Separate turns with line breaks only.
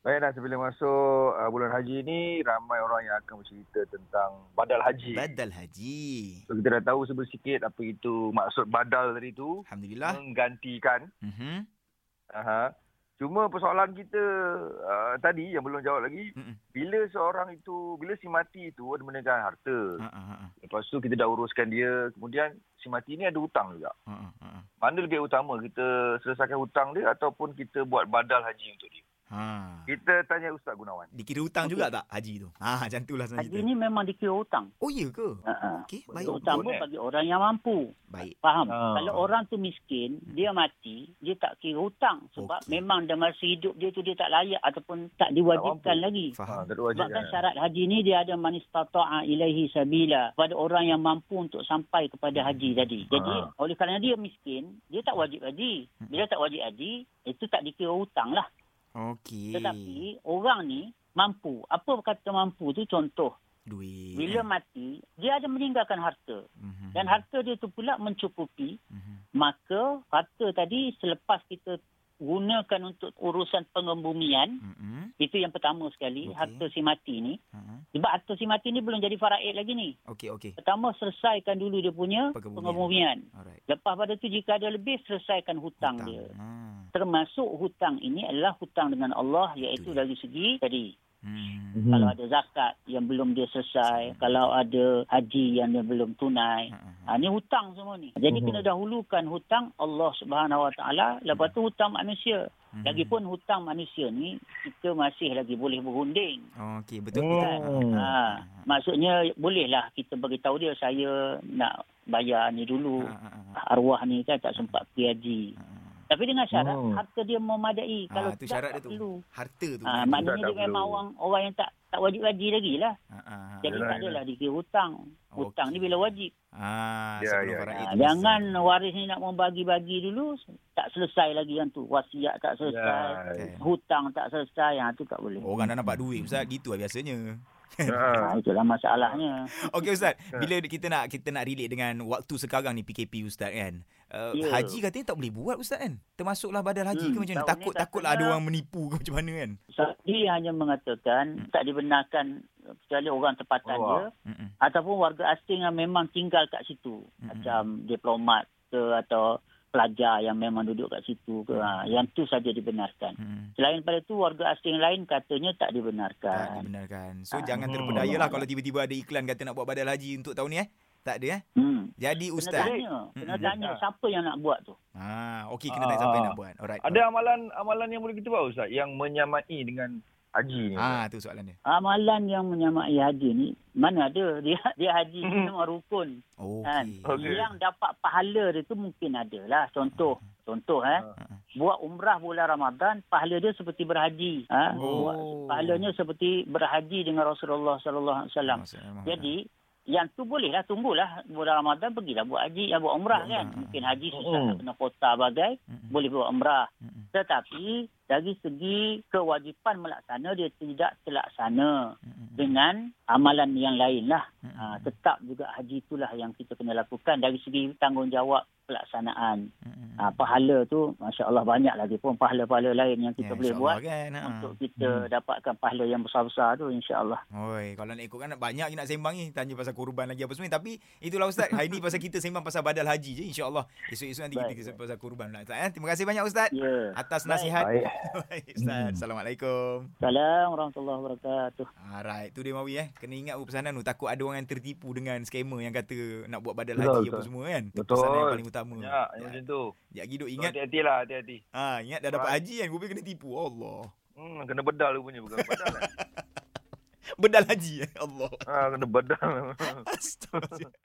Baik dan sebelum masuk uh, bulan haji ini, ramai orang yang akan bercerita tentang badal haji.
Badal haji.
So, kita dah tahu sedikit apa itu maksud badal tadi tu.
Alhamdulillah.
Menggantikan.
Hmm.
Mhm.
Aha. Cuma persoalan kita uh, tadi yang belum jawab lagi,
Mm-mm.
bila seorang itu, bila si mati itu ada menegang harta.
Ha ha ha.
Lepas tu kita dah uruskan dia, kemudian si mati ni ada hutang juga.
Ha ha, ha. ha.
Mana lebih utama kita selesaikan hutang dia ataupun kita buat badal haji untuk dia?
Ha.
Kita tanya Ustaz Gunawan.
Dikira hutang
Okey.
juga tak haji tu? Ha, macam itulah sebenarnya
Haji
cerita.
ni memang dikira hutang.
Oh, ya ke?
Ha-ha.
Okey, baik.
Baik, hutang pun
betul, eh?
bagi orang yang mampu.
Baik.
Faham?
Ah.
Kalau orang tu miskin, dia mati, dia tak kira hutang. Sebab
Okey.
memang dalam masa hidup dia tu dia tak layak ataupun tak diwajibkan
mampu.
lagi.
Ha,
Faham.
tak ada wajib.
Sebab kan
kan?
syarat haji ni dia ada manistata'a ilaihi sabila. Pada orang yang mampu untuk sampai kepada haji tadi. Jadi
Ah.
oleh kerana dia miskin, dia tak wajib haji. Bila tak wajib haji, itu tak dikira hutang lah.
Okey.
Tetapi orang ni mampu. Apa kata mampu tu contoh.
duit.
Bila mati, dia ada meninggalkan harta.
Mhm.
Dan harta dia tu pula mencukupi.
Mhm.
Maka harta tadi selepas kita gunakan untuk urusan pengembumian,
Mhm.
itu yang pertama sekali,
Okey.
harta si mati ni.
Ha.
Sebab harta si mati ni belum jadi faraid lagi ni.
Okey, okey.
Pertama selesaikan dulu dia punya
Pengebumian.
pengebumian.
Alright.
Lepas pada tu jika ada lebih selesaikan hutang, hutang. dia.
Ha.
Termasuk hutang ini adalah hutang dengan Allah
Itu
iaitu
dia.
dari segi tadi
Hmm.
Mhm.
kalau ada zakat yang belum dia selesai, kalau ada haji yang dia belum tunai.
Ha, ha, ha.
Ha, ni hutang semua ni. Jadi
Mhm.
kena dahulukan hutang Allah Subhanahu Wa Taala, lepas tu hutang manusia.
Mhm.
Lagipun hutang manusia ni kita masih lagi boleh berunding.
Okey, betul.
Hmm.
betul.
Ha,
Ha, maksudnya bolehlah kita beritahu dia saya nak bayar ni dulu.
Ha, ha, ha, ha.
Arwah ni kan tak sempat pergi haji.
Ha, ha.
Tapi dengan syarat
Oh.
harta dia memadai.
Ha,
Kalau
tu
tidak,
syarat
tak
dia tu.
perlu.
Harta tu.
Ha,
kan?
mak-
maknanya
tak
dia memang
perlu.
orang, orang yang tak tak wajib haji lagi lah.
Ha, ha, ha.
Jadi
Yalah,
tak adalah dikira hutang. Hutang ni
Okey.
bila wajib.
Ah,
Ya,
sebelum
ya,
faraid
Ha,
tu
jangan
besar.
waris ni nak membagi-bagi dulu, tak selesai lagi yang tu. Wasiat tak selesai,
Kan?
hutang tak selesai, yang tu tak boleh.
Oh, Orang dah nampak duit Ustaz Gitu lah biasanya
Ha.
Ah.
Ha, itulah masalahnya.
Okey Ustaz
Ya.
Bila kita nak Kita nak relate dengan Waktu sekarang ni PKP Ustaz kan uh,
Ya.
Haji katanya tak boleh buat Ustaz kan Termasuklah badal haji
Hmm,
ke macam mana
tahun ni
Takut
tak
takutlah ada
kena.
orang menipu ke macam mana kan
Saudi hanya
Hmm.
mengatakan tak dibenarkan kecuali orang tempatan
Oh,
dia
Mm-mm.
ataupun warga asing yang memang tinggal kat situ.
Mm-mm.
Macam diplomat ke atau pelajar yang memang duduk kat situ ke.
Hmm.
Ha, yang tu saja dibenarkan.
Mm-mm.
Selain pada tu warga asing lain katanya
Tak
tak dibenarkan.
dibenarkan So
Ah.
jangan
Hmm.
terpedaya lah Kalau tiba-tiba ada iklan Kata nak buat badal haji Untuk tahun ni eh Tak ada eh
Hmm.
Jadi
Kena
Ustaz Hmm.
tanya, kena
Mm-mm.
tanya siapa yang nak buat tu.
ah, Okey kena
Ah,
tanya siapa yang
ah.
nak buat Alright
Ada amalan amalan yang boleh kita buat Ustaz yang menyamai dengan haji ni.
Ah, tu soalan dia
Amalan yang menyamai haji ni mana ada dia dia haji ni memang rukun. Kan?
Okey
Okey.
Yang dapat pahala dia tu mungkin ada lah contoh. Contoh eh buat umrah bulan Ramadan pahala dia seperti berhaji. Ha? Buat-
Oh.
Pahalanya seperti berhaji dengan Rasulullah sallallahu alaihi wasallam.
Maksudnya,
Jadi yang tu bolehlah tunggulah bulan Ramadan pergilah buat haji, ya, buat umrah
Buat
kan.
umrah.
Mungkin haji susah
Mm.
nak kena kota bagai,
Mm-mm.
boleh buat umrah.
Mm-mm.
Tetapi dari segi kewajipan melaksana dia tidak terlaksana
Mm-mm.
dengan amalan yang lain lah.
Mm-mm.
Ha, tetap juga haji itulah yang kita kena lakukan dari segi tanggungjawab pelaksanaan.
Mm-mm.
Ha, pahala tu masya-Allah banyak lagi pun pahala-pahala lain yang kita
Ya,
boleh
insyaAllah
buat
kan. Ha.
lah.
untuk kita dapatkan pahala yang besar-besar tu insya-Allah.
Oi, kalau nak ikutkan banyak je nak sembang ni, tanya pasal korban lagi apa semua ni. Tapi itulah ustaz. Hari ni pasal kita sembang pasal badal haji je insya-Allah. Esok-esok nanti
Baik,
kita sembang pasal korban pula ustaz eh. Terima kasih banyak ustaz
Ya.
atas
Baik.
nasihat.
Baik.
Baik ustaz. Assalamualaikum.
Assalamualaikum warahmatullahi wabarakatuh.
Alright, tu dia Mawi eh. Kena ingat pun pesanan tu takut ada orang yang tertipu dengan skamer yang kata nak buat badal
Betul,
haji apa
betul.
semua kan. Tu
Betul.
pesanan yang paling utama.
Ya, yang macam tu.
Ya, Gido
So,
ingat.
Hati-hati lah, hati-hati.
Ah, ingat dah dapat
Alright.
haji kan, gua kena tipu. Allah.
Hmm, kena bedal rupanya bukan bedal. lah.
Badal haji eh. Allah.
Ah, kena bedal.
Astaga.